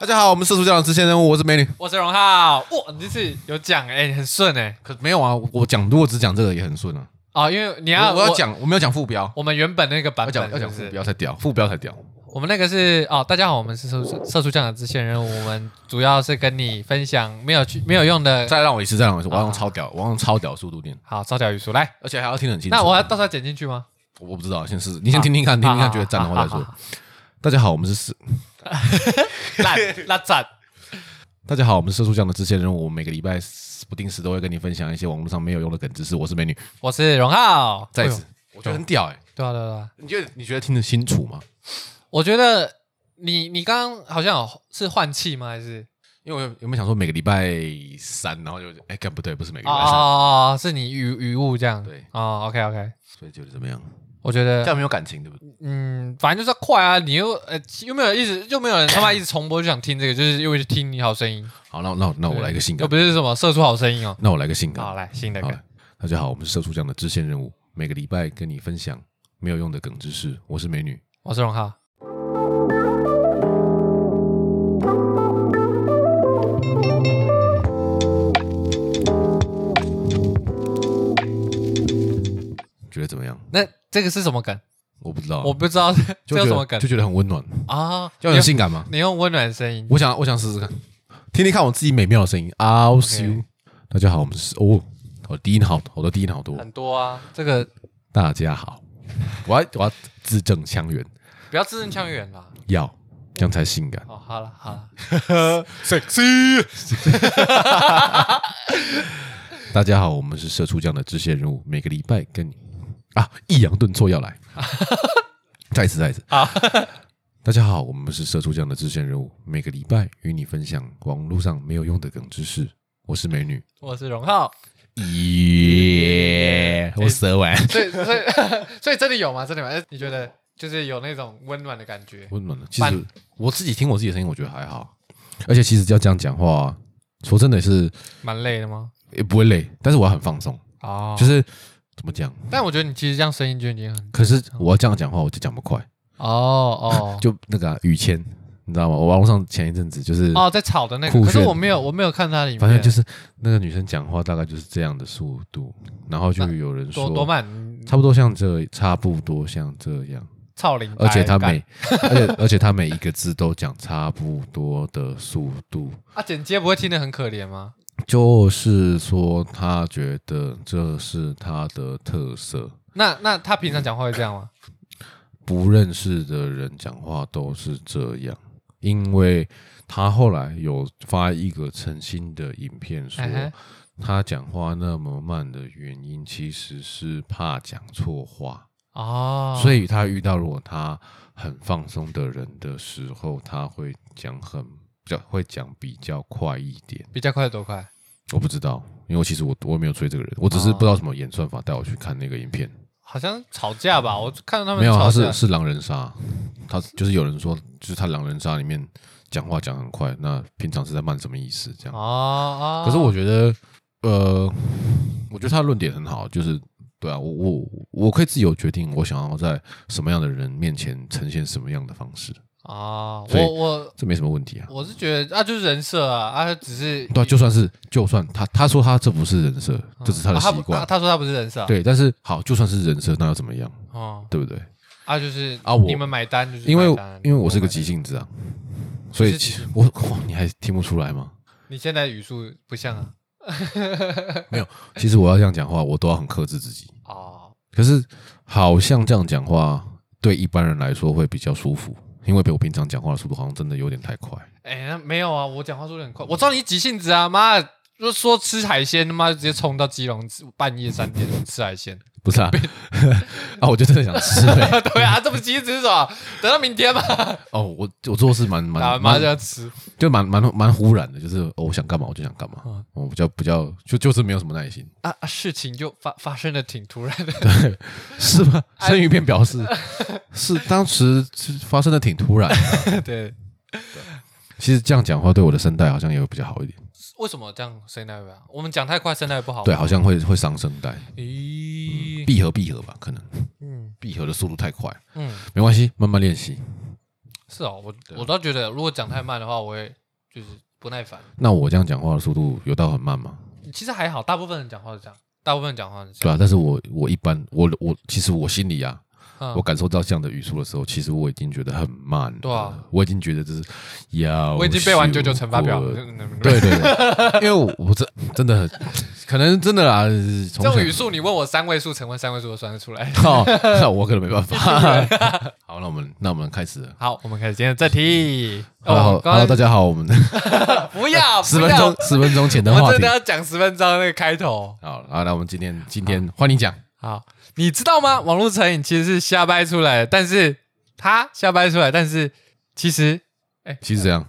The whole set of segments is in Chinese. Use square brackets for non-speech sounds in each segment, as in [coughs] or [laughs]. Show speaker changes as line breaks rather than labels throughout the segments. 大家好，我们是社畜教长之前任务，我是美女。
我是荣浩，哇，你这次有讲哎、很顺哎、
可没有啊，我讲如果只讲这个也很顺啊。
哦，因为你要
我我啊要，讲，我没有讲副标，
我们原本那个版
要
本
讲要讲
是
副
不是
标才屌，副标才屌。
我们那个是哦，大家好，我们是社畜社畜酱的支线任务，我们主要是跟你分享没有去没有用的，
再让我一次，再让我一次，我要用
啊
超屌，我要用超屌速度念，
好，招条语速来，
而且还要听得很清楚。
那我要到时候剪进去
[laughs]
吗？
我我不知道，先试试，你先听听看，听听看，觉得赞的话再说。大家好，我们是社，
烂烂赞，
大家好，我们是社畜教长的支线任务，我们每个礼拜不定时都会跟你分享一些网络上没有用的梗知识。我是美女，
我是荣
[laughs]
浩，
再一
哎
次
呦，，
我觉得很屌哎。
对啊对啊对啊，
你觉得你觉得听得清楚吗？
我觉得你你刚刚好像有是换气吗？还是
因为我有没有想说每个礼拜三，然后就哎，干不对，不是每个
哦
礼拜
哦
三，
哦，哦是你语语误这样，
对
哦，OK OK，
所以觉得怎么样？
我觉得
这样没有感情，对不对？
嗯，反正就是要快啊！你又呃，又没有一直又没有人他妈一直重播，就想听这个，就是又一直听你好声音。
好，那那那我来一个性
又
感
不，是什么射出好声音哦。
那我来个性感。
好，来新的
好
歌
嘞，大家好，我们是社畜酱的支线任务，每个礼拜跟你分享没有用的梗知识。我是美女，
我是荣浩。
觉得怎么样？
那这个是什么梗？
我不知道，啊
我不知道
哦就觉
这叫
得
什么梗
就觉得很温暖，
啊！
就很性感吗？
你用温暖的声音，
我想我想试试看，听听看我自己美妙的声音。嗷咻
OK！
大家好，我们是哦，我的低音好，我的低音好多。
很多啊。这个
大家
[laughs]
好，我要我要字正腔圆，
不要字正腔圆啦。
要这样才性感。
哦，好了好了，
[laughs] sexy。大家好，我们是社畜酱的支线人物，每个礼拜跟你啊抑扬顿挫要来，再一次再一次
好
[laughs] 大家好，我们是社畜酱的支线人物，每个礼拜与你分享网络上没有用的梗知识。我是美女，
我是荣浩。
耶、我舌完，
所以所以所以真的有吗？真的吗？你觉得就是有那种温暖的感觉？
温暖了。其实我自己听我自己的声音，我觉得还好，而且其实要这样讲话，说真的是
蛮累的吗？
也不会累，但是我要很放松，
哦，
就，是怎么讲。
但我觉得你其实这样声音就已经很
可是我要这样讲话，我就讲不快，
哦哦，
就那个啊于、谦，你知道吗？我网络上前一阵子就是，
哦，在吵的那个，
酷
可是
炫
我没有，我没有看他里面，
反正就是那个女生讲话大概就是这样的速度，然后就有人说
多多慢，
差不多像这，差不多像这样，
操零，
而且她
干
每，而且而且她每一个字都讲差不多的速度，
啊剪接不会听得很可怜吗？
就是说她觉得这是她的特色。
那那他平常讲话会这样吗？
不认识的人讲话都是这样，因为他后来有发一个澄清的影片说，
嗯哼
他讲话那么慢的原因其实是怕讲错话，
哦，
所
以
以他遇到如果他很放松的人的时候，他会讲很比较会讲比较快一点。
比较快多快
我不知道，因为我其实我我也没有追这个人，我只是
哦
不知道什么演算法带我去看那个影片。
好像吵架吧，我看到他们
嗯没有，他
吵架
是是狼人杀，他就是有人说，就是他狼人杀里面讲话讲很快，那平常是在慢什么意思这
哦
样？
哦，
可是我觉得，呃，我觉得他的论点很好，就是对啊，我我我可以自由决定我想要在什么样的人面前呈现什么样的方式，
哦，
所以
我我
这没什么问题啊。
我是觉得啊，就是人设啊，啊只是
对啊就算是就算他他说他这不是人设，这只是他的
啊
习
不啊
惯，
他说他不是人设，，
对。但是好，就算是人设，那又怎么样？
哦，
对不对？
啊就是
啊我
你们买单就是
因为
买单
因为我是个
买单
急性子啊，所以
是
其
急性
我 [laughs] 哇，你还听不出来吗？
你现在语速不像啊，
其实我要这样讲话，我都要很克制自己。
哦，
可是好像这样讲话对一般人来说会比较舒服，因为比我平常讲话的速度好像真的有点太快。
哎、那没有啊，我讲话速度很快，我知道你急性子啊，妈的，就说吃海鲜，他妈就直接冲到基隆半夜三点吃海鲜， [laughs]
不是啊， [laughs] 啊，我就真的想吃呗。 [laughs]
对啊，这么急性子是什么？等到明天吧，啊
哦，我我做事蛮
打
蛮
麻
蛮
将吃，
就蛮蛮蛮忽然的，就是、哦我想干嘛我就想干
[laughs]
嘛
嗯，
我比较比较就就是没有什么
[laughs]
耐心，
啊啊，事情就发发生的挺突然的， [laughs]
是吗？ [laughs] 生鱼片表示是当时是发生的挺突然。 [laughs]
对，
其实这样讲话对我的声带好像也会比较好一点，
为什么这样声带不好？我们讲太快，声带不好。
对，，好啊像会会伤声带，
咦，
闭合闭合吧，可能
嗯
闭合的速度太快。
嗯，
没关系，慢慢练习。
是哦，我
对啊
我倒觉得，如果讲太慢的话，我会就是不耐烦。
那我这样讲话的速度有到很慢吗？
其实还好，大部分人讲话是这样，大部分人讲话是这
对啊，
样。
但是我我一般我我其实我心里啊，
嗯
我感受到这样的语速的时候，其实我已经觉得很慢了。
对啊
我已经觉得这是要
我已经背完九九乘法表
修
了。
过
对，
对对对，因 [laughs] 为我我真真的很可能真的啦，从
这
小
种语速你问我三位数乘问三位数都算得出来。
哦，那我可能没办法。
[laughs]
[laughs] 好，那我们那我们开始了。
好，我们开始今天的
[laughs]
正题。
Hello,
哦刚
hello，
刚
大家好，我们
不要
[laughs] 十
不
分
要 [laughs]
钟，十分钟前的
我们
话
真
题
的。要讲十分钟那个开头。
好，好，那我们今天今天换你讲。
好，你知道吗？网络成瘾其实是瞎掰出来的，但是他瞎掰出来，但是其实
其实怎
[laughs]
样？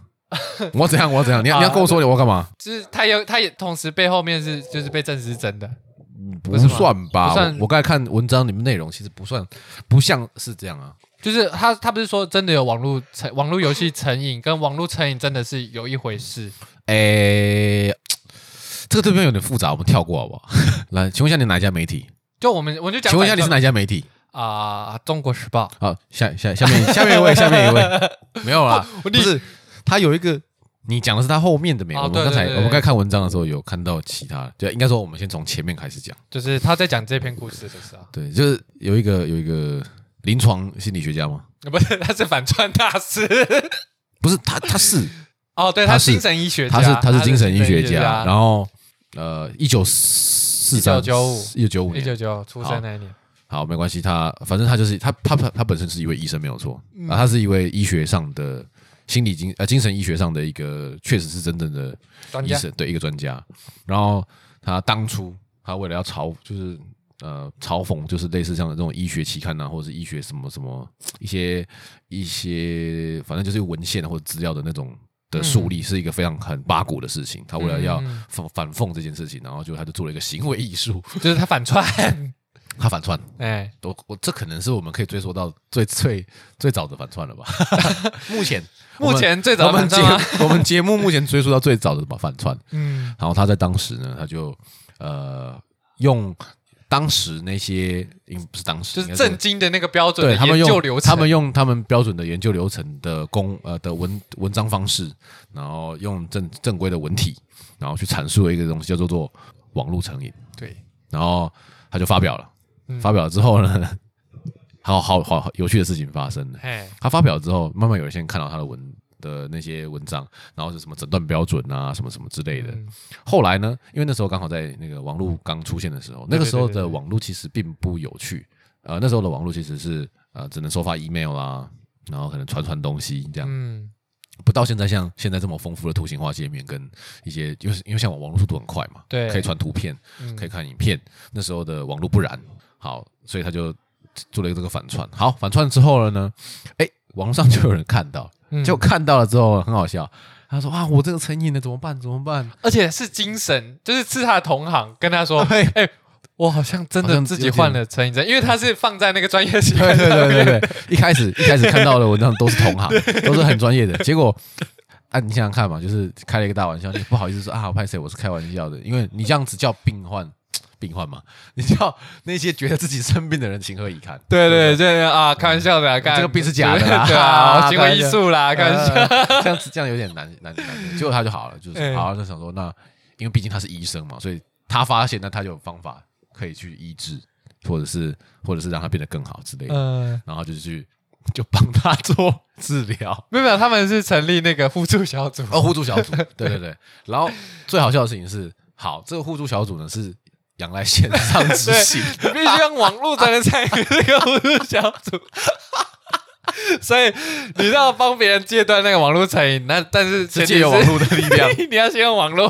我怎样？我怎样？你要你要跟我说你我要干嘛？
就是他有，他也同时背后面是就是被证实是真的。
不
不是吗
算吧？
不算
我我刚才看文章里面内容，其实不算，不像是这样啊。
就是他，他不是说真的有网络成网络游戏成瘾，跟网络成瘾真的是有一回事。
诶、这个对边有点复杂，我们跳过好不 [laughs] 好？来，请问一下你哪一家媒体？
就我们，我就讲，
请问一下你是哪一家媒体？
啊、中国时报》
好，下下下面 [laughs] 下面一位，下面一位，没有啦，不是，他有一个，你讲的是他后面的没？我
哦
们
对
刚才
对对
我们刚才看文章的时候有看到其他的，对，应该说我们先从前面开始讲。
就是他在讲这篇故事的时候，
对，就是有一个有一个临床心理学家吗？
不是，他是反串大师。
不是，他他是
哦，对，
他
他
是
精神医学家，
他是他是精神医学
学
家，然后呃，一九四三
1995
一九九五
一
年
九，九出生那一年，
好，没关系，他反正他就是他他他他本身是一位医生没有错啊，他是一位医学上的心理精呃精神医学上的一个确实是真正的
专
医
家
生对一个专家，然后他当初他为了要嘲就是呃嘲讽就是类似像这种医学期刊啊，或者是医学什么什么一些一些反正就是文献啊或者资料的那种的树立，是一个非常很八股的事情。他为了要
嗯嗯
反反讽这件事情，然后就他就做了一个行为艺术， [laughs]
就是他反串，
他反串。
哎，
我我这可能是我们可以追溯到最最最早的反串
[laughs]
了吧？目前
目前最早
我
的
们
反
节
串吗？
我们节目目前追溯到最早的反串，
嗯，
然后他在当时呢，他就呃用当时那些，应不是当时，
就
应
是
该
震惊的那个标准
对他
的
们
研究
用
流程，
他们用他们标准的研究流程的公呃的文文章方式，然后用正正规的文体，然后去阐述了一个东西叫做做网络成瘾，
对，
然后他就发表了，
嗯
发表了之后呢， [laughs] 好好好好有趣的事情发生了。
哎，
他发表之后，慢慢有人先看到他的文的那些文章，然后是什么诊断标准啊，什么什么之类的。
嗯
后来呢，因为那时候刚好在那个网络刚出现的时候，那个时候的网络其实并不有趣，呃，那时候的网络其实是呃只能收发 email 啦，然后可能传传东西这样，
嗯，
不到现在像现在这么丰富的图形化界面跟一些，就是因为像网络速度很快嘛，
对
可以传图片，
嗯
可以看影片，那时候的网络不然，好，所以他就做了一个这个反串，好，反串之后了呢，哎，网上就有人看到，
嗯
就看到了之后很好笑，他说啊，我这个成瘾了怎么办？怎么办？
而且是精神，就是是他的同行跟他说，哎、我好像真
好
的
像
自己患了成瘾症，因为他是放在那个专业期
对
刊
对
上面，
对对
[laughs]
对，一开始一开始看到的文章都是同行，都是很专业的，结果。啊，你想想看嘛，就是开了一个大玩笑，你也不好意思说啊，拍谁？我是开玩笑的，因为你这样子叫病患，病患嘛， [laughs] 你叫那些觉得自己生病的人情何以堪？
对对对对啊，开玩笑的啊，干
这个病是假的啦
对对啊，
啊
行为艺术啦，开玩笑，
[laughs] 呃这样子这样有点难难难，结果他就好了，就是
嗯
好，就想说那，因为毕竟他是医生嘛，所以他发现那他就有方法可以去医治，或者是或者是让他变得更好之类的，
嗯。
然后就去就帮他做治疗。
没有，没有，他们是成立那个互助小组，
哦，互助小组， [laughs] 对对对。然后最好笑的事情是，好，这个互助小组呢是仰赖线上执行，
你必须用网络才能参与这个互助小组。 [laughs] 所以你要帮别人戒断那个网络成瘾，那但是
[laughs] 是
前提
借
是
由网络的力量。
[laughs] 你要先用网络。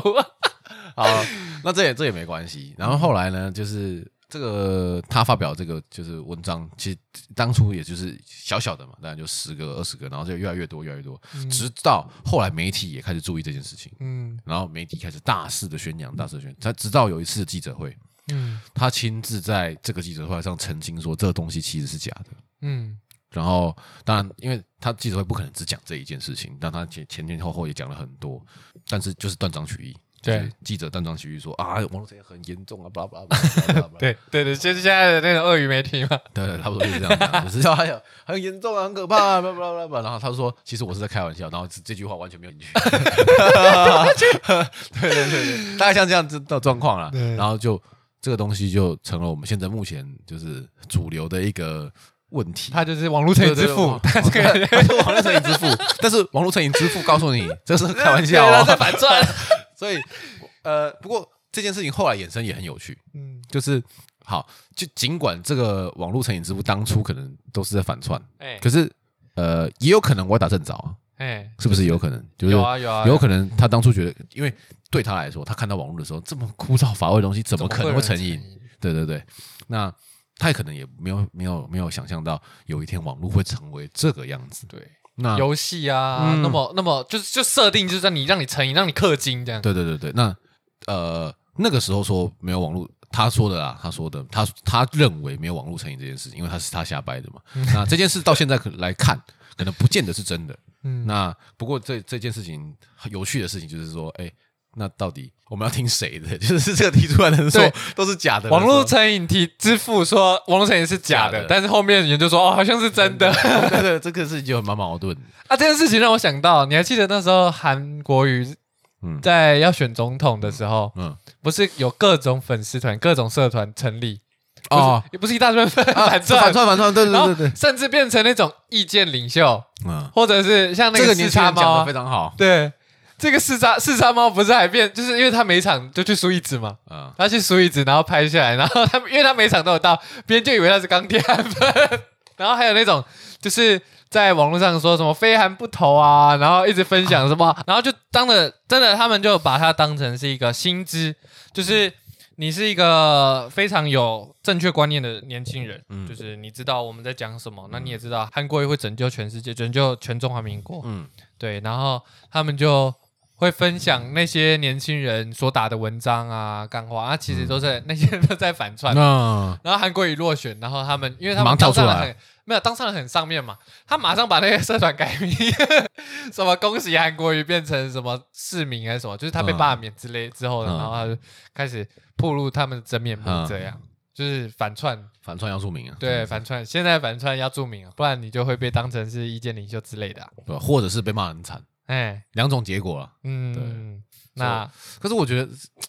好，那这也这也没关系。然后后来呢，就是这个他发表这个就是文章，其实当初也就是小小的嘛，当然就十个二十个，然后就越来越多越来越多，直到后来媒体也开始注意这件事情，
嗯
然后媒体开始大肆的宣扬，大肆地宣扬。他直到有一次记者会，
嗯
他亲自在这个记者会上澄清说，这个东西其实是假的。
嗯
然后，当然，因为他记者会不可能只讲这一件事情，但他前前前后后也讲了很多，但是就是断章取义。就是
对
记者断章取义说啊，网络产业很严重啊，巴拉巴拉巴拉巴拉巴拉。
对对对，就是现在的那种鳄鱼媒体嘛，
[laughs] 对，差不多就是这样讲。我知道还有很严重啊，很可怕啊，巴拉巴拉巴拉。然后他说，其实我是在开玩笑，然后这这句话完全没有进 [laughs] 去。对对对对，大概像这样子的状况啦。
对
然后就这个东西就成了我们现在目前就是主流的一个问题。
他就是网络成瘾之父， [laughs] 他这个人
他是 [laughs] 网络成瘾之父，但是网络成瘾之父告
[laughs]
诉你这是开玩笑
对他在
哦。
反转，
[laughs] 所以呃，不过这件事情后来衍生也很有趣。
嗯，
就是好，就尽管这个网络成瘾之父当初可能都是在反串，
哎
可是呃，也有可能歪打正着啊，
哎，
是不是有可能？就是
有啊有啊，
有可能他当初觉得，因为对他来说，他看到网络的时候这么枯燥乏味的东西，怎么可能会成瘾？对对对，那他也可能也没有没有没有想象到有一天网络会成为这个样子。
对，
那
游戏啊，
嗯
那么那么就是就设定就是让你让你成瘾，让你氪金这样。
对对对对，那呃那个时候说没有网络，他说的啦，他说的，他他认为没有网络成瘾这件事情，因为他是他瞎掰的嘛。
嗯
那这件事到现在可来看， [laughs] 可能不见得是真的。
嗯
那不过这这件事情有趣的事情就是说，哎、那到底我们要听谁的？就是这个提出来的人说
对
都是假的，
网络成瘾体之父说网络成瘾是假
假
的
的，嗯
但是后面研究说哦好像是真的
对对对，这个事情就很蛮矛盾的。
啊。这件事情让我想到，你还记得那时候韩国瑜
嗯
在要选总统的时候，
嗯，
不是有各种粉丝团、各种社团成立
哦啊哎
哦，，也不是一大堆粉反
反
正
串反串，对对
[laughs] 然后
对对，对
甚至变成那种意见领袖，
嗯，
或者是像那
这个
四
年轻
叉
人讲
猫
的
啊
非，常好，
对，这个四叉四叉猫不是还变，就是因为他每场就去输一只嘛，
嗯，
他去输一只，然后拍下来，然后他因为他每场都有到，别人就以为他是钢铁汉粉，然后还有那种就是在网络上说什么非韩不投啊，然后一直分享什么，然后就当的真的他们就把它当成是一个薪资，就是你是一个非常有正确观念的年轻人，
嗯
就是你知道我们在讲什么，那你也知道韩国也会拯救全世界，拯救全中华民国，
嗯
对，然后他们就会分享那些年轻人所打的文章啊、干话啊，其实都是、 [laughs] 那些人都在反嗯串。
嗯那
然后韩国瑜落选，然后他们因为他
马
们
上跳
当上
出
了
来
很没有当上了很上面嘛，他马上把那个社团改名， [laughs] 什么恭喜韩国瑜变成什么市民还是什么，就是他被
嗯
罢免之类之后，
嗯
然后他就开始暴露他们的真面目
嗯，
这样、就是反串，
反串要出名啊，
对反串，现在反串要注明啊，不然你就会被当成是意见领袖之类的、啊，
对，或者是被骂很惨，
哎。
两种结果了。
嗯，那
可是我觉得，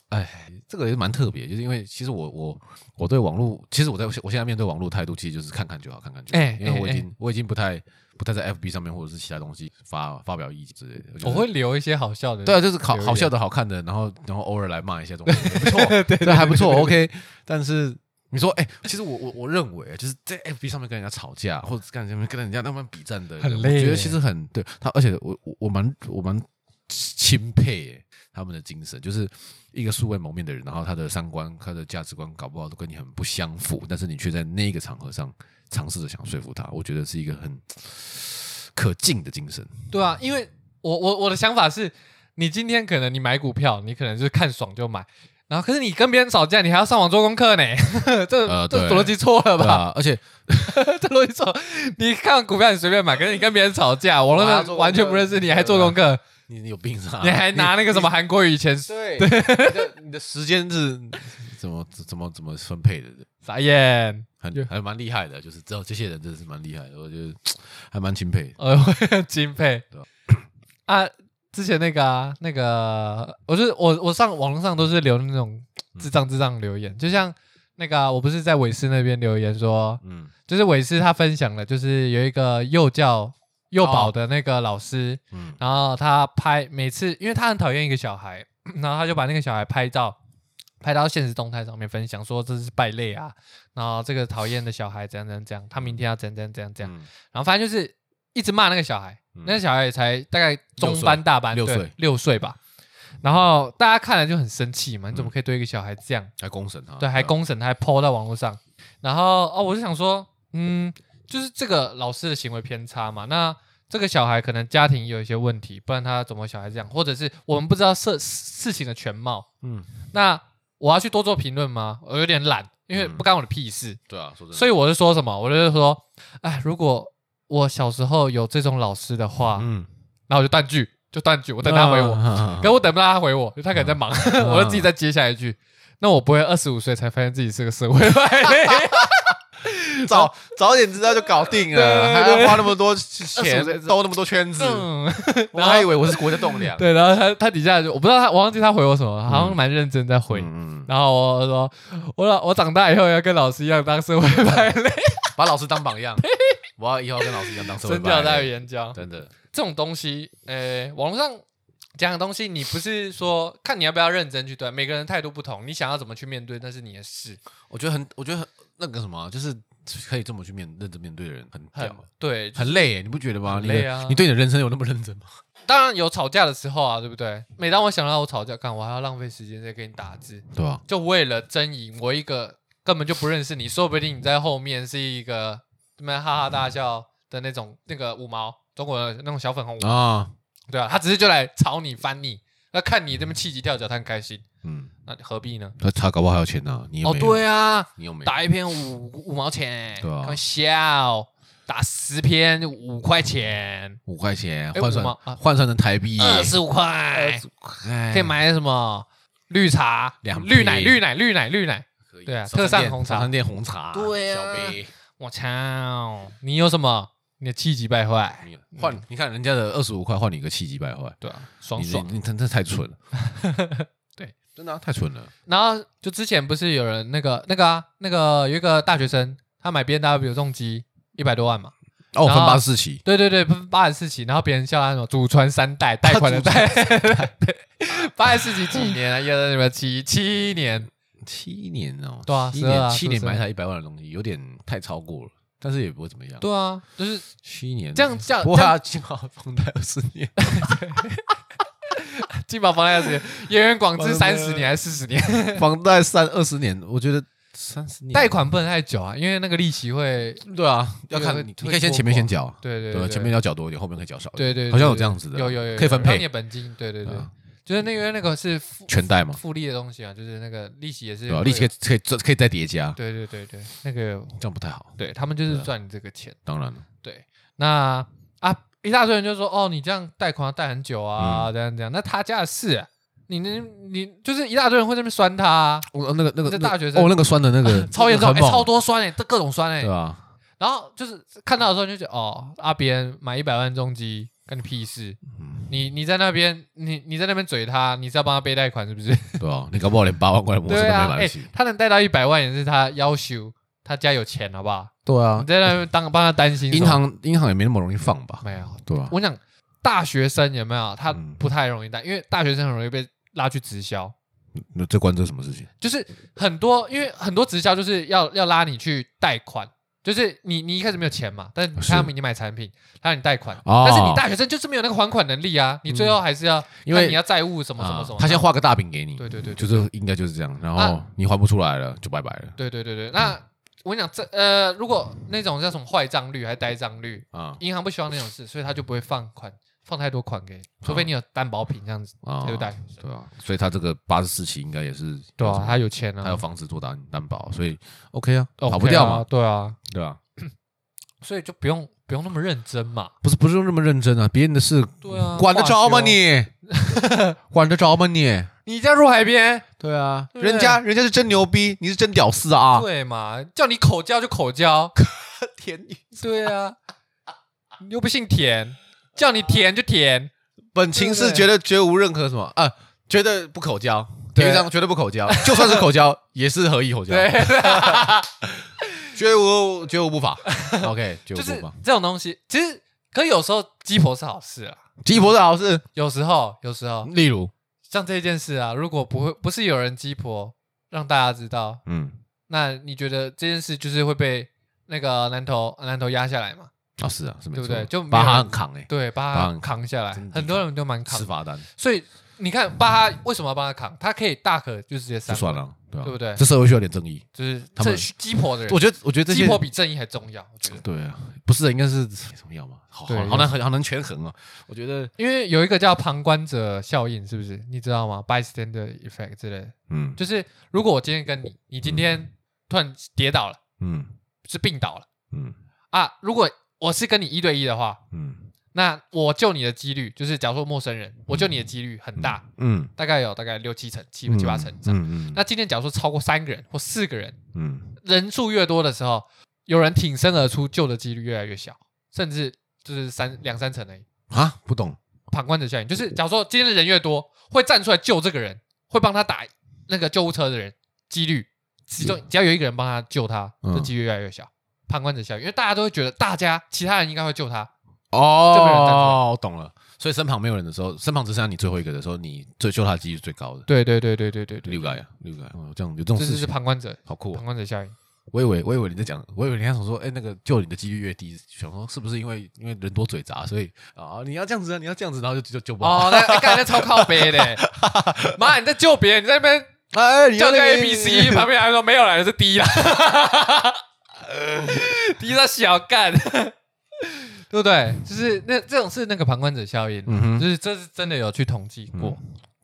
哎，这个也蛮特别，就是因为其实我我我对网络，其实我在我现在面对网络态度，其实就是看看就好，看看就好，
哎
因为我已
哎
经、我已经不太不太在 FB 上面或者是其他东西发发表意见之类的。就是
我会留一些好笑的。
对啊，就是好
留言
好笑的好看的，然后然后偶尔来骂一下这种，
[laughs]
不错，这还不错，OK。但是你说，哎，其实我我我认为，啊就是在 FB 上面跟人家吵架，或者跟人家跟人家那么比战的人，
很
我
累
觉得
耶
其实很对他，而且我我我蛮我蛮钦佩耶他们的精神，就是一个素未谋面的人，然后他的三观、他的价值观搞不好都跟你很不相符，但是你却在那个场合上尝试着想说服他，我觉得是一个很 [sighs] 可敬的精神。
对啊，因为我我我的想法是，你今天可能你买股票，你可能就是看爽就买，然后可是你跟别人吵架，你还要上网做功课呢， [laughs] 这、
呃
这
对
逻辑错了
对
吧？
啊，而且
[laughs] 这逻辑错。你看股票你随便买，可是你跟别人吵架，网络
我还要啊做功
上
课
完全不认识你，还做功课，
你你有病是吧？
你还拿 [laughs] 那个什么韩国语以前
对，你的你的时间是怎么怎么怎么分配的？
傻眼，
很
Yeah.
还蛮厉害的，就是知道这些人真的是蛮厉害的，我觉得还蛮钦佩的。
呃，我很敬佩
对啊
啊。之前那个啊，那个，我就是我我上网络上都是留那种智障智障留言，就像那个啊、我不是在韦斯那边留言说，
嗯
就是韦斯他分享了，就是有一个幼教幼保
哦
的那个老师，
嗯
然后他拍每次，因为他很讨厌一个小孩， [coughs] 然后他就把那个小孩拍照，拍到现实动态上面分享，说这是败类啊，然后这个讨厌的小孩怎样怎样怎样，他明天要怎样怎样怎样怎样，
嗯
然后反正就是一直骂那个小孩，
嗯
那个小孩也才大概中班大班，
六岁
对
六岁
六岁吧。然后大家看了就很生气嘛，
嗯
你怎么可以对一个小孩这样？
还公审他，啊
对，还公审，他还 PO 到网络上。然后哦，我就想说，嗯，就是这个老师的行为偏差嘛。那这个小孩可能家庭有一些问题，不然他怎么小孩这样？或者是我们不知道事事情的全貌。
嗯，
那我要去多做评论吗？我有点懒，因为
嗯
不干我的屁事。
对啊，说真的，
所以我是说什么？我就是说，哎，如果我小时候有这种老师的话，
嗯，啊
然后我就断句，就断句，我等他回我。
[laughs] 我
可我等不到他回我，他可
嗯
能在忙，我就自己再接下一句。那我不会二十五岁才发现自己是个
[laughs]
社会败类，
早早点知道就搞定
对
了，还
对
要花那么多
25岁
钱，兜那么多圈子，嗯
嗯
我还以为我是国家栋梁。
对，然后他他底下就我不知道他，我忘记他回我什么，好像蛮认真在回。
嗯嗯，嗯
然后我说我老我长大以后要跟老师一样当社会败
嗯
类，
把老师当榜 [laughs] 样，我要以后跟老师一样当社会
[laughs] 真教
派
大于言教。
真的，
这种东西，呃，网络上讲的东西，你不是说看你要不要认真去对，每个人态度不同，你想要怎么去面对，那是你的事。
我觉得很，我觉得很那个什么，啊就是可以这么去面认真面对的啊人，很
很
屌，
对，就是
很累耶，你不觉得吗？
很
你
累
的
啊
你对你的人生有那么认真吗？
当然有吵架的时候啊，对不对？每当我想到我吵架，干我还要浪费时间在跟你打字，
对吧？
就为了争赢我一个根本就不认识你，说不定你在后面是一个他妈哈哈大笑的那种那个五毛中国的那种小粉红五毛，
啊，
对啊，他只是就来吵你翻你，那看你这么气急跳脚，他很开心，
嗯，
那何必呢？
他他搞不好还有钱呢，你又
哦，
没有，
对啊，
你又没有
打一篇五五毛钱，
对啊
开玩笑，打十篇五块钱，
五块钱
哎
换
五毛
算
啊
换算成台币
二十五块，可以买什么绿茶、
两瓶
绿奶、绿奶、绿奶、绿奶。
可以
对啊
哎早餐
特
店
上红茶
早餐店红茶，
对啊
小杯。
我操，你有什么？你的气急败坏，
你换你看人家的二十五块换你个气急败坏，
对啊，爽
你
爽。
你真的太蠢
[laughs]
了，
对，
真的啊太蠢了。
然后就之前不是有人那个那个啊，那个有一个大学生，他买 B N W 重机一百多万嘛，
哦，
然
分
后
八十四期，
对对对，八十四期，然后别人笑他什么祖传三代贷款的贷，八十四期几年啊？一二三四五六七七年，
[laughs] 七年哦，
对啊
七
是啊
年
是
七年
是
买台一百万的东西，有点太超过了，但是也不会怎么样。
对啊，就是
七年
这样这样
不
这
过
样
他起码放贷二十
[laughs]
年，
金宝房贷二十年，源远广志
房贷
三十年还是四十年， [laughs]
房贷三二十年，我觉得三十年
贷款不能太久啊，因为那个利息会，
对啊，要看
会
你，
会
你可以先前面先缴，啊
对对
对吧，前面要缴多一点，后面可以缴少一点，
对对，
好像有
对
这样子的，啊
有有有，
可以分
有让你
配
的本金，对对对
对啊，
就是那个那个是复
全贷嘛，
复利的东西啊，就是那个利息也是
对吧？
会
利息可以可以这可以再叠加，
对对对对，那个
这样不太好，
对他们就是
对啊
赚你这个钱。
当然了，
对，那啊，一大堆人就说，哦，你这样贷款要贷很久啊，
嗯
这样这样，那他家的事、啊，你能你就是一大堆人会在那边酸他、啊，
我那个那个
这
那个
大学生
哦，那个酸的那个
[laughs] 超严重，
很
哎
猛
超多酸哎、这各种酸哎、
对吧？
然后就是看到的时候你就觉得，哦，啊，别人买一百万重机。干你屁事！
嗯，
你你在那边，你你在那边嘴他，你是要帮他背贷款是不是？
对吧？你搞不好连八万块的摩托车
对
都没
啊，
买
哎、
得起，
他能贷到一百万也是他要求，他家有钱好
[laughs]
不好？
对啊
你，在那边当帮他担心什
银
么。
行银行也没那么容易放吧？
没有，
对吧？
啊我想大学生有没有？他
嗯
不太容易带，因为大学生很容易被拉去直销，
那这关这什么事情？
就是很多，因为很多直销就是要要拉你去贷款。就是你，你一开始没有钱嘛，但是
啊是
他们你买产品，他让你贷款，
哦嗯
但是你大学生就是没有那个还款能力啊，你最后还是要，
因为啊
看你要债务什么什么什啊么，
他先，画个大饼给你，
对对对对
就是应该就是这样，然后
啊
你还不出来了就拜拜了
对对对对。那我跟你讲，这呃，
嗯
如果那种叫什么坏账率还呆账率，
啊
银行不希望那种事，所以他就不会放款，放太多款给你，
哦
除非你有担保品这样子，
啊
才有贷款。
对啊，所以他这个八十四期应该也是
对啊，他有钱啊，
他有房子做担担保，所以 OK 啊，
哦
跑不掉嘛，，
对啊，
对吧？
所以就不用不用那么认真嘛。
不是不是那么认真啊，别人的事
对啊
管得着吗？你？管得着吗你？
你家住海边，
对啊，
对不对
人家人家是真牛逼，你是真屌丝啊！
对嘛？叫你口交就口交，
天意，
对啊，你又不姓田，叫你田就田，
本情
对
是
不对
绝对绝无任何什么啊，绝对不口交，
对
平常绝对不口交，就算是口
[laughs]
交也是合意口交，
对，
绝无绝无不法。OK，绝无
[laughs]
不
就是
法。
这种东西。其实，可有时候鸡婆是好事啊，
鸡婆的好事，
有时候，有时候
例如，
像这件事啊，如果不会不是有人鸡婆让大家知道，
嗯，
那你觉得这件事就是会被那个南头南头压下来嘛？
啊是啊，是没
对
错，
不对就没有
把他很扛哎，
对，
把
把
他
它
很
扛下来
真，的
很多人都蛮扛
吃罚单
所以你看巴哈为什么要帮他扛？他可以大可就直
就
接删，
算，了，对吧
对不对
这社会需要点正义，
就是
他
这
们
鸡婆的人
我，觉得我觉得这
鸡
些
婆比正义还重要，我觉得。
对啊，不是应该是怎么样嘛？好
对
好好难衡好难权衡啊！我觉得
因为有一个叫旁观者效应，是不是？你知道吗？bystander effect 之类的，
嗯
就是如果我今天跟你，你今天突然跌倒了，
嗯
是病倒了
嗯
啊，如果我是跟你一对一的话，
嗯
那我救你的几率，就是假如说陌生人，我救你的几率很大，
嗯，
大概有大概六七成、七
嗯
七八成以上。
嗯嗯
那今天假如说超过三个人或四个人，
嗯
人数越多的时候，有人挺身而出救的几率越来越小，甚至就是三两三成而已。
啊，不懂，
旁观者效应就是，假如说今天的人越多，会站出来救这个人，会帮他打那个救护车的人，几率其中只要有一个人帮他救他，
嗯
这几率越来越小。旁观者效应，因为大家都会觉得大家其他人应该会救他，这边有人站出来
哦，我懂了。所以身旁没有人的时候，身旁只剩下你最后一个的时候，你追求他的几率是最高的。
对对对对对对对
六，个呀，六个，哦这样有这种
这
事
就是
情，
旁观者
好酷
旁
哦！
观者效应。
我以为我以为你在讲，我以为你在想说，哎，那个救你的几率越低，想说是不是因为因为人多嘴杂，所以啊你要这样子啊，你要这样子，然后就就救不好。
哦，那哎干那超靠背 [laughs] 的，妈，你在救别人，你在那边
哎，你
叫
要
叫
那
A B [laughs] C，旁边还说没有啦，是 D [laughs] 啦，低到小干， [laughs] 对不对？就是那这种是那个旁观者效应，
[laughs] 嗯哼
就是这是真的有去统计过，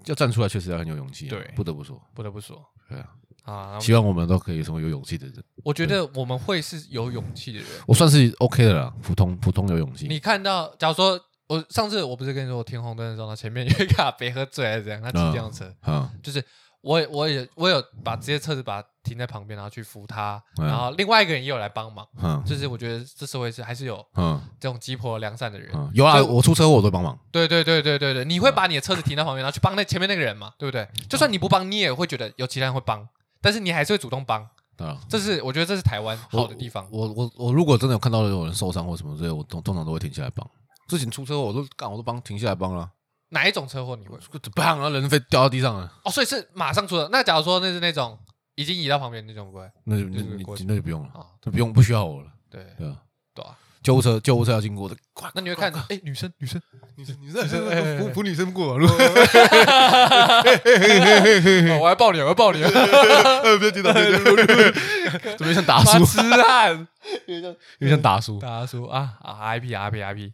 要站出来，确实要很有勇气啊。
嗯对
不得不说，
不得不说
对啊，
啊，
希望我们都可以成为有勇气的人。
我觉得我们会是有勇气的人。
我算是 OK 的啦，普通普通有勇气。
你看到，假如说我上次我不是跟你说我停红灯的时候，他前面有一个阿伯喝醉还是怎样，他骑
嗯
电动车，
啊，
就是我也我也我有把直接车子把它停在旁边，然后去扶他，
嗯
然后另外一个人也有来帮忙，
嗯
就是我觉得这社会是还是有
嗯
这种急迫良善的人。
嗯，有啊，
就
我出车祸我都帮忙。
对对对对对对，你会把你的车子停在旁边，然后去帮那前面那个人嘛，对不对？就算你不帮，你也会觉得有其他人会帮，但是你还是会主动帮。
对啊，
这是我觉得这是台湾
我
好的地方。
我我我如果真的有看到有人受伤或什么之类，我通通常都会停下来帮。之前出车祸我都干，我都帮停下来帮了，
哪一种车祸你会？
砰，然后人飞掉到地上了，
哦，所以是马上出的。那假如说那是那种已经移到旁边那种不会
那就
就
那
是
就
过去
你那就不用了，
啊？
那不用不需要我了，
对
对啊。
对啊。
救护车，救护车要经过的，快！
那你会 [laughs] 看，哎，女生女生，
女生， [laughs] 女生
哎哎哎
扶扶女生过 [laughs] 马路，
哦我还抱你，我还抱你， [laughs]
不要跌倒，不要跌倒怎么像打
马
输？
[laughs] 痴汉。
有点像打输。
大家说啊啊，IP IP IP，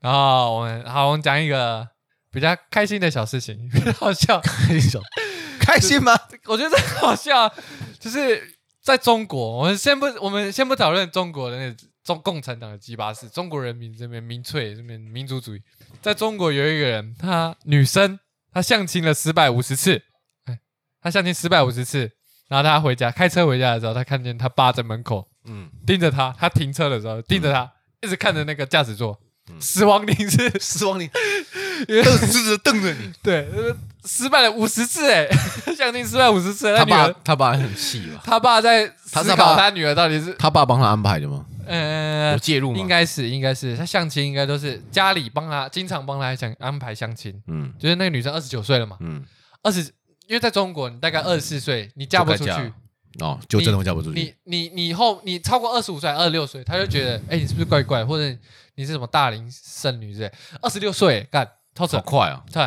然后我们好，我们讲一个比较开心的小事情，比较好笑。
开心
[laughs]
开心吗？
我觉得这很好笑，啊就是在中国，我们先不，我们先不讨论中国的那中共产党的鸡巴事，中国人民这边民粹这边民族主义，在中国有一个人，她女生，她相亲了四百五十次，哎，她相亲四百五十次，然后她回家开车回家的时候，她看见她爸在门口
嗯，
盯着他，他停车的时候盯着他，一直看着那个驾驶座，
嗯
死亡凝视，
死亡你
因为
瞪直着瞪着你。
对，呃失败了五十次哎，相亲失败五十次，
他
他女儿
爸他爸很气吧？
他爸在
他
思
是他爸
考他女儿到底是
他爸帮他安排的吗？
呃
有，介入吗？
应该是应该是他相亲应该都是家里帮他经常帮他想安排相亲，
嗯
就是那个女生二十九岁了嘛，
嗯
二十因为在中国你大概二十四岁你嫁不出
就该嫁
去
了，哦，就真的会嫁不出去。
你你你以后你超过二十五岁、二十六岁，他就觉得，哎、你是不是怪怪，或者你是什么大龄剩女之类。二十六岁干
好
超扯，
快啊！
对，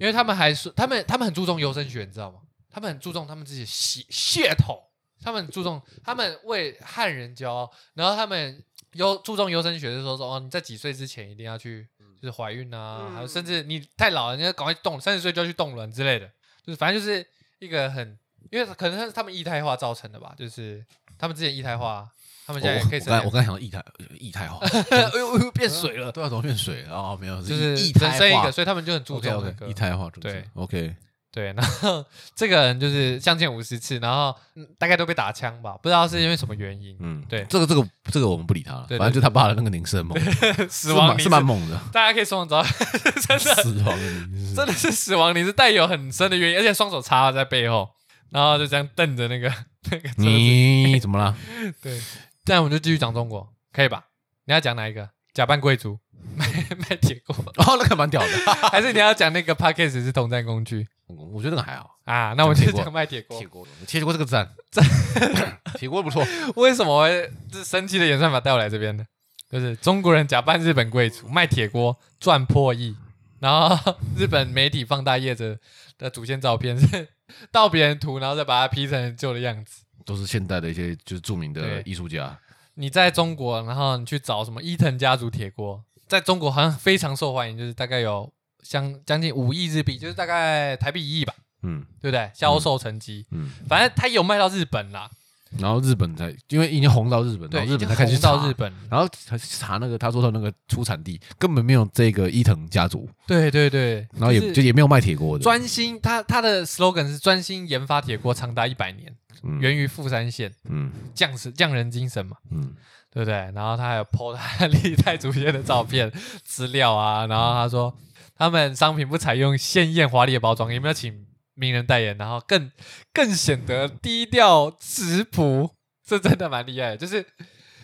因为他们还说他们他们很注重优生学，你知道吗？他们很注重他们自己的血血统，他们很注重他们为汉人骄傲，然后他们优注重优生学的时候说，哦，你在几岁之前一定要去就是怀孕啊，还有甚至你太老了，你要赶快去动，三十岁就要去冻卵之类的，就是反正就是一个很，因为可能是他们异态化造成的吧，就是他们之前异态化，他们
我
现在也
哦我
可
我
以生
刚才
两
我刚才想到液态液态
[laughs]
化，
哎呦哎呦变水
[laughs]
了，
对啊，怎么变水了？哦，没有，
就是
液
人生
态
一
化
个，。所以他们就很注重那
OK
个
OK，液态化注重
对
OK，
对，然后这个人就是相见五十次，然后、嗯大概都被打枪吧，不知道是因为什么原因，
嗯，
对
这个这个这个我们不理他了，
对对
反正就他爸的那个凝视很猛，
嗯死
是
亡
蛮
凝
是
视，
蛮猛的，
大家可以上网找， [laughs] 真的
死亡的凝视
真的是死亡凝是带有很深的原因，而且双手插在背后，然后就这样瞪着那个那个车子。
你怎么了？ [laughs]
对，这样我们就继续讲中国，可以吧？你要讲哪一个？假扮贵族卖卖铁锅，
哦，那个蛮屌的， [laughs]
还是你要讲那个 p a c k a g e 是统战工具
我觉得那个还好。
啊？那我们就
讲铁锅
讲卖铁锅
铁。锅，铁锅这个赞赞， [laughs] 铁锅不错。
为什么会这神奇的演算法带我来这边呢？就是中国人假扮日本贵族卖铁锅赚破亿，然后日本媒体放大业者的祖先照片是盗别人图，然后再把它 P 成旧的样子。
都是现代的一些就是著名的
对
艺术家，
你在中国，然后你去找什么伊藤家族铁锅，在中国好像非常受欢迎，就是大概有相将近五亿日币，就是大概台币一亿吧，
嗯
对不对？销售成绩，
嗯，
反正它有卖到日本啦。
然后日本才因为已经红到日本，然
对，
后哦日本
已经
才开始去
红到
查
日，本了，
然后才去查那个他说的那个出产地根本没有这个伊藤家族，
对对对，
然后也
是
就也没有卖铁锅的，
专心，他他的 slogan 是专心研发铁锅长达一百年，
嗯
源于富山县
嗯
匠是匠人精神嘛，
嗯
对不对？然后他还有 po 他 [laughs] 历代祖先的照片资料啊，然后他说他们商品不采用鲜艳华丽的包装，也没有请名人代言，然后更更显得低调质朴，这真的蛮厉害的。就是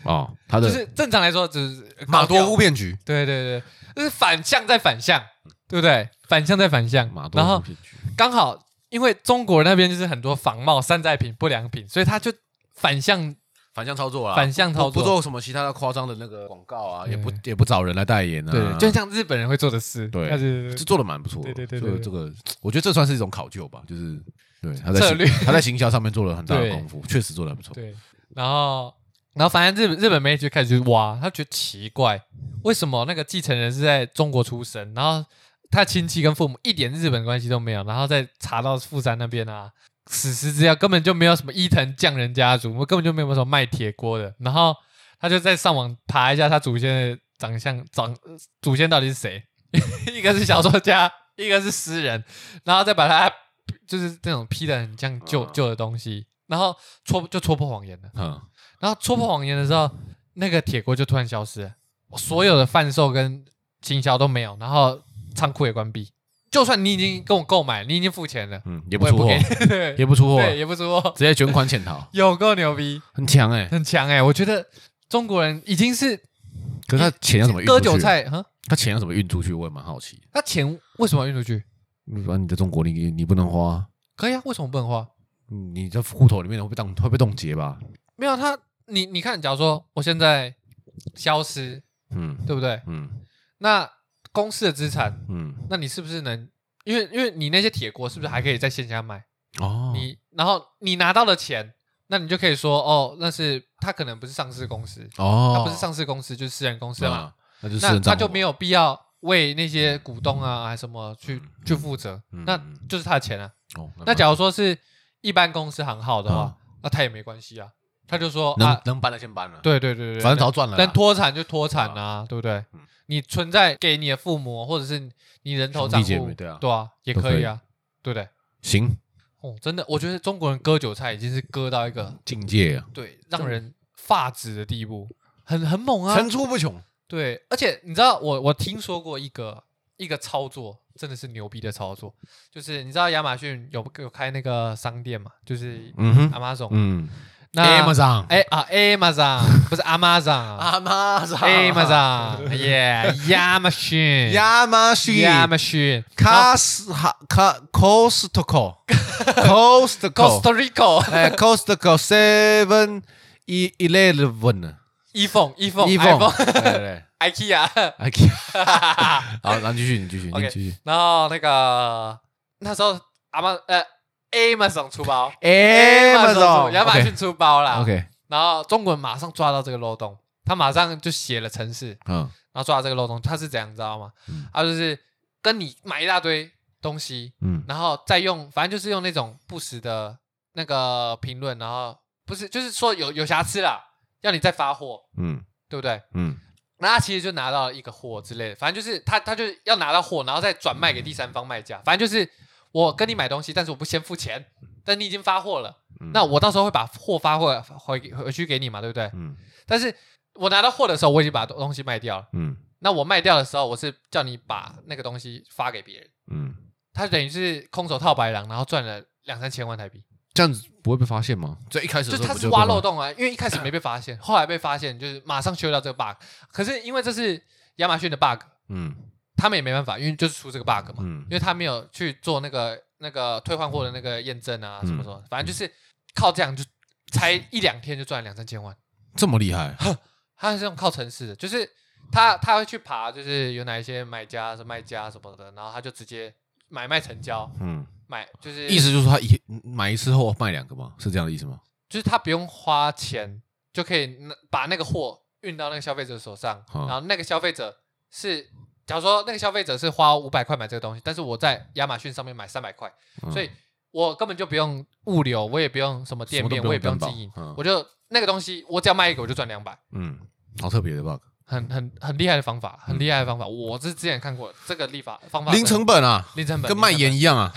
哦，他
就
的
是正常来说，就是
马
高调
多乌骗局，
对对对，就是反向再反向，对不对？反向再反向，
马多
然后
乌骗局，
刚好因为中国那边就是很多仿冒山寨品、不良品，所以他就反向
反向操作啦，
反向
啊
操
不不
作，
做什么其他的夸张的那个广告啊，也不
对
也不找人来代言啊，
对，就像日本人会做的事，
对
那是
这做的蛮不错的，
对对对
这个
对
这个，我觉得这算是一种考究吧，就是对他在
策
行
略
他在行销上面做了很大的
对
功夫，确实做的不错。
对，然后然后反正日本日本媒体就开始去挖，他觉得奇怪，为什么那个继承人是在中国出生，然后他亲戚跟父母一点日本关系都没有，然后再查到富山那边啊。史实资料根本就没有什么伊藤匠人家族，根本就没有什么卖铁锅的。然后他就在上网爬一下他祖先的长相，长祖先到底是谁？ [laughs] 一个是小说家， [laughs] 一个是诗人，然后再把他就是这种 P 的很像旧
嗯
旧的东西，然后戳就戳破谎言了。
嗯，
然后戳破谎言的时候，那个铁锅就突然消失了，所有的贩售跟经销都没有，然后仓库也关闭。就算你已经跟我购买，你已经付钱了，
嗯，也不
我也
出
不
货，
给，
[laughs]
对，
也不出货，啊
对，也不出货，
直接卷款潜逃，
有够牛逼，
很强哎。
很强哎、我觉得中国人已经是
可是他钱要怎么运出
割
去？
韭菜哈，
他钱要怎么运出去？我也蛮好奇。
那钱为什么要运出去？
你说你在中国你，你你不能花，
可以啊，为什么不能花？
你在户头里面会被冻会被冻结吧？
没有啊他，你你看，假如说我现在消失，
嗯
对不对？
嗯
那公司的资产，
嗯，
那你是不是能？因为因为你那些铁锅是不是还可以在线下卖？
哦，
你然后你拿到了钱，那你就可以说哦，那是他可能不是上市公司，
哦，
他不是上市公司就是私人公司嘛，
啊，那就是
那他就没
有
有必要为那些股东啊还什么去去负责，
嗯
那
嗯
就是他的钱啊。
哦。
那假如说是一般公司行号的话
啊，
那他也没关系啊，他就说
能、
啊，
能搬的先搬了，，
对对对对，
反正早赚了啦。
能脱产就脱产啊，对不对
嗯？
你存在给你的父母，或者是你人头
兄
账
弟姐妹
户，
对啊
也
都
可以啊，对不对？
行
哦，真的，我觉得中国人割韭菜已经是割到一个
境界啊，
对让人发指的地步，很很猛啊！
层出不穷。
对，而且你知道我我听说过一个一个操作，真的是牛逼的操作，就是你知道亚马逊有有开那个商店嘛，就是
嗯哼，
Amazon，、
嗯
那
，Amazon，
哎啊
[laughs]
Amazon 不是 Amazon 啊
Amazon，Amazon， [laughs]
Amazon 耶亚马逊
亚马
亚马逊
卡斯哈卡 Costco，Costco，
Costa Rica
哎，Costco Seven E Eleven，
iPhone iPhone
一
iPhone
对对对 [laughs]
IKEA
哎，K- 好，然后继续，你继续，你
OK
继续。
然后那个那时候阿妈呃 Amazon 出包
Amazon，
出亚马逊出包啦。
OK，
然后中国人马上抓到这个漏洞，他马上就写了程式，
嗯
然后抓到这个漏洞，他是怎样你知道吗
嗯？
他就是跟你买一大堆东西，
嗯
然后再用，反正就是用那种不实的那个评论，然后不是就是说有有瑕疵啦，要你再发货，
嗯
对不对？
嗯
那他其实就拿到了一个货之类的，反正就是他他就要拿到货，然后再转卖给第三方卖家。反正就是我跟你买东西，但是我不先付钱，但你已经发货了，
嗯
那我到时候会把货发货回回去给你嘛，对不对？
嗯
但是我拿到货的时候，我已经把东西卖掉了。
嗯
那我卖掉的时候，我是叫你把那个东西发给别人，
嗯，
他等于是空手套白狼，然后赚了两三千万台币。
这样子不会被发现吗？最一开始
就
的时
他
候
是
不就被
挖
发
漏洞啊，因为一开始没被发现，后来被发现，就是马上修掉这个 bug。可是因为这是亚马逊的 bug，
嗯
他们也没办法，因为就是出这个 bug 嘛，
嗯
因为他没有去做那个那个退换货的那个验证啊，
嗯
什么什么，反正就是靠这样就才一两天就赚了两三千万。
这么厉害，
他是这种靠城市的，就是他他会去爬，就是有哪一些买家是卖家什么的，然后他就直接买卖成交，
嗯，
买就是
意思就是他一买一次后卖两个吗？是这样的意思吗？
就是他不用花钱就可以拿把那个货运到那个消费者手上，
嗯
然后那个消费者是，假如说那个消费者是花五百块买这个东西，但是我在亚马逊上面买三百块，
嗯
所以我根本就不用物流，我也不用什么
什
店
么都
面，
不
我
用
也不用
担
经
保
营，
嗯
我就那个东西，我只要卖一个，我就赚两百，
嗯，好特别的 bug，
很很很厉害的方法，很厉害的方法。我是之前看过这个立法方法，
嗯零成本啊，
零成本
跟卖
盐
盐一样啊，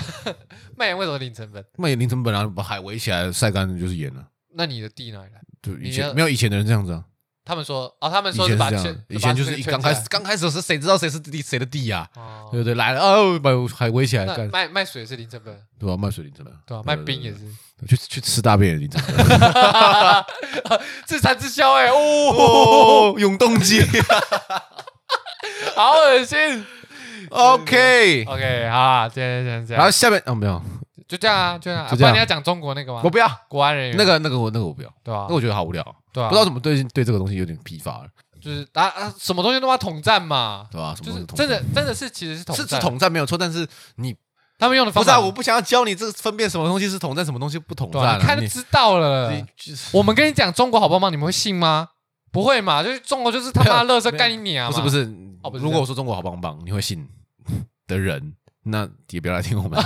卖盐为什么零成本？
卖盐零成本啊，把海围起来晒干了就是盐了、
那你的地哪里来？
就以
你要
前没有以前的人这样子啊，
他们说哦，他们
以
说
前是
把
这
圈
样，以前就是一刚开始，刚开始是谁知道谁是地谁的地呀、
哦
对不对？来了哦，把海围起来
那
干，
卖卖水是零成本，
对吧？卖水灵成本，
对吧？啊卖冰也
对，
是， [laughs]
对对去去吃大便也灵成本，
自产自销哎，哦，
哦，永动机
好恶
哎
心。
，OK。
[laughs] OK，好啦，今天先这
然
样
后，下面哦没有，
就这样啊，就这样啊。
就
不
这样
然你要讲中国那个吗
我？不要
国安人员
那个那个我那个我不要，
对吧
那？我觉得好无聊，
对啊，
不知道怎么最近对这个东西有点疲乏了，
就是啊啊，什么东西都要统战嘛，
对吧？什么东
就是
西统
真的真的是其实是统
是是
战，
统战没有错，但是你
他们用的
不
方
是啊，
法
我不想要教你这分辨什么东西是统战，什么东西不统
对啊，
战
你
啊，
看就
你
知道了。
你就是
我们跟你讲中国好棒棒，你们会信吗？不会嘛，就是中国就是他妈
没
乐
有
色干你娘
不
嘛！
是不是
哦不是这样
如果我说中国好棒棒，你会信的人，那也不要来听
[laughs]
我们，也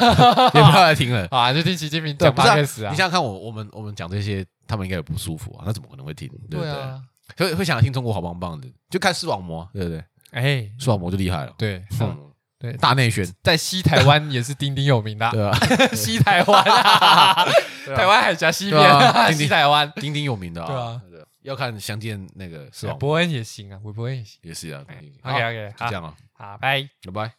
不要来听了。
好啊，就听习近平
对，
讲
不是
八
啊、
个
你
死啊
想！想看我，我们我们讲这些，他们应该也不舒服啊，那怎么可能会听？对不
对
对？
啊，
所以会想听中国好棒棒的，就看视网膜，对不对？嗯
哎，
视网膜就厉害了，
对，
视网 [laughs] 膜
对
大内宣，
在西台湾也是丁丁有名的啊，
对 [laughs] 啊，
[laughs] 西台湾啊，台湾海峡西边
对
啊，
啊
西台湾，
丁丁有名的
对啊
啊，对啊，要看相见那个视网膜
哎伯恩也行啊，韦伯恩也行。
也是啊，丁丁
OK OK，
就
好
这，样啊，
好，拜。
拜拜。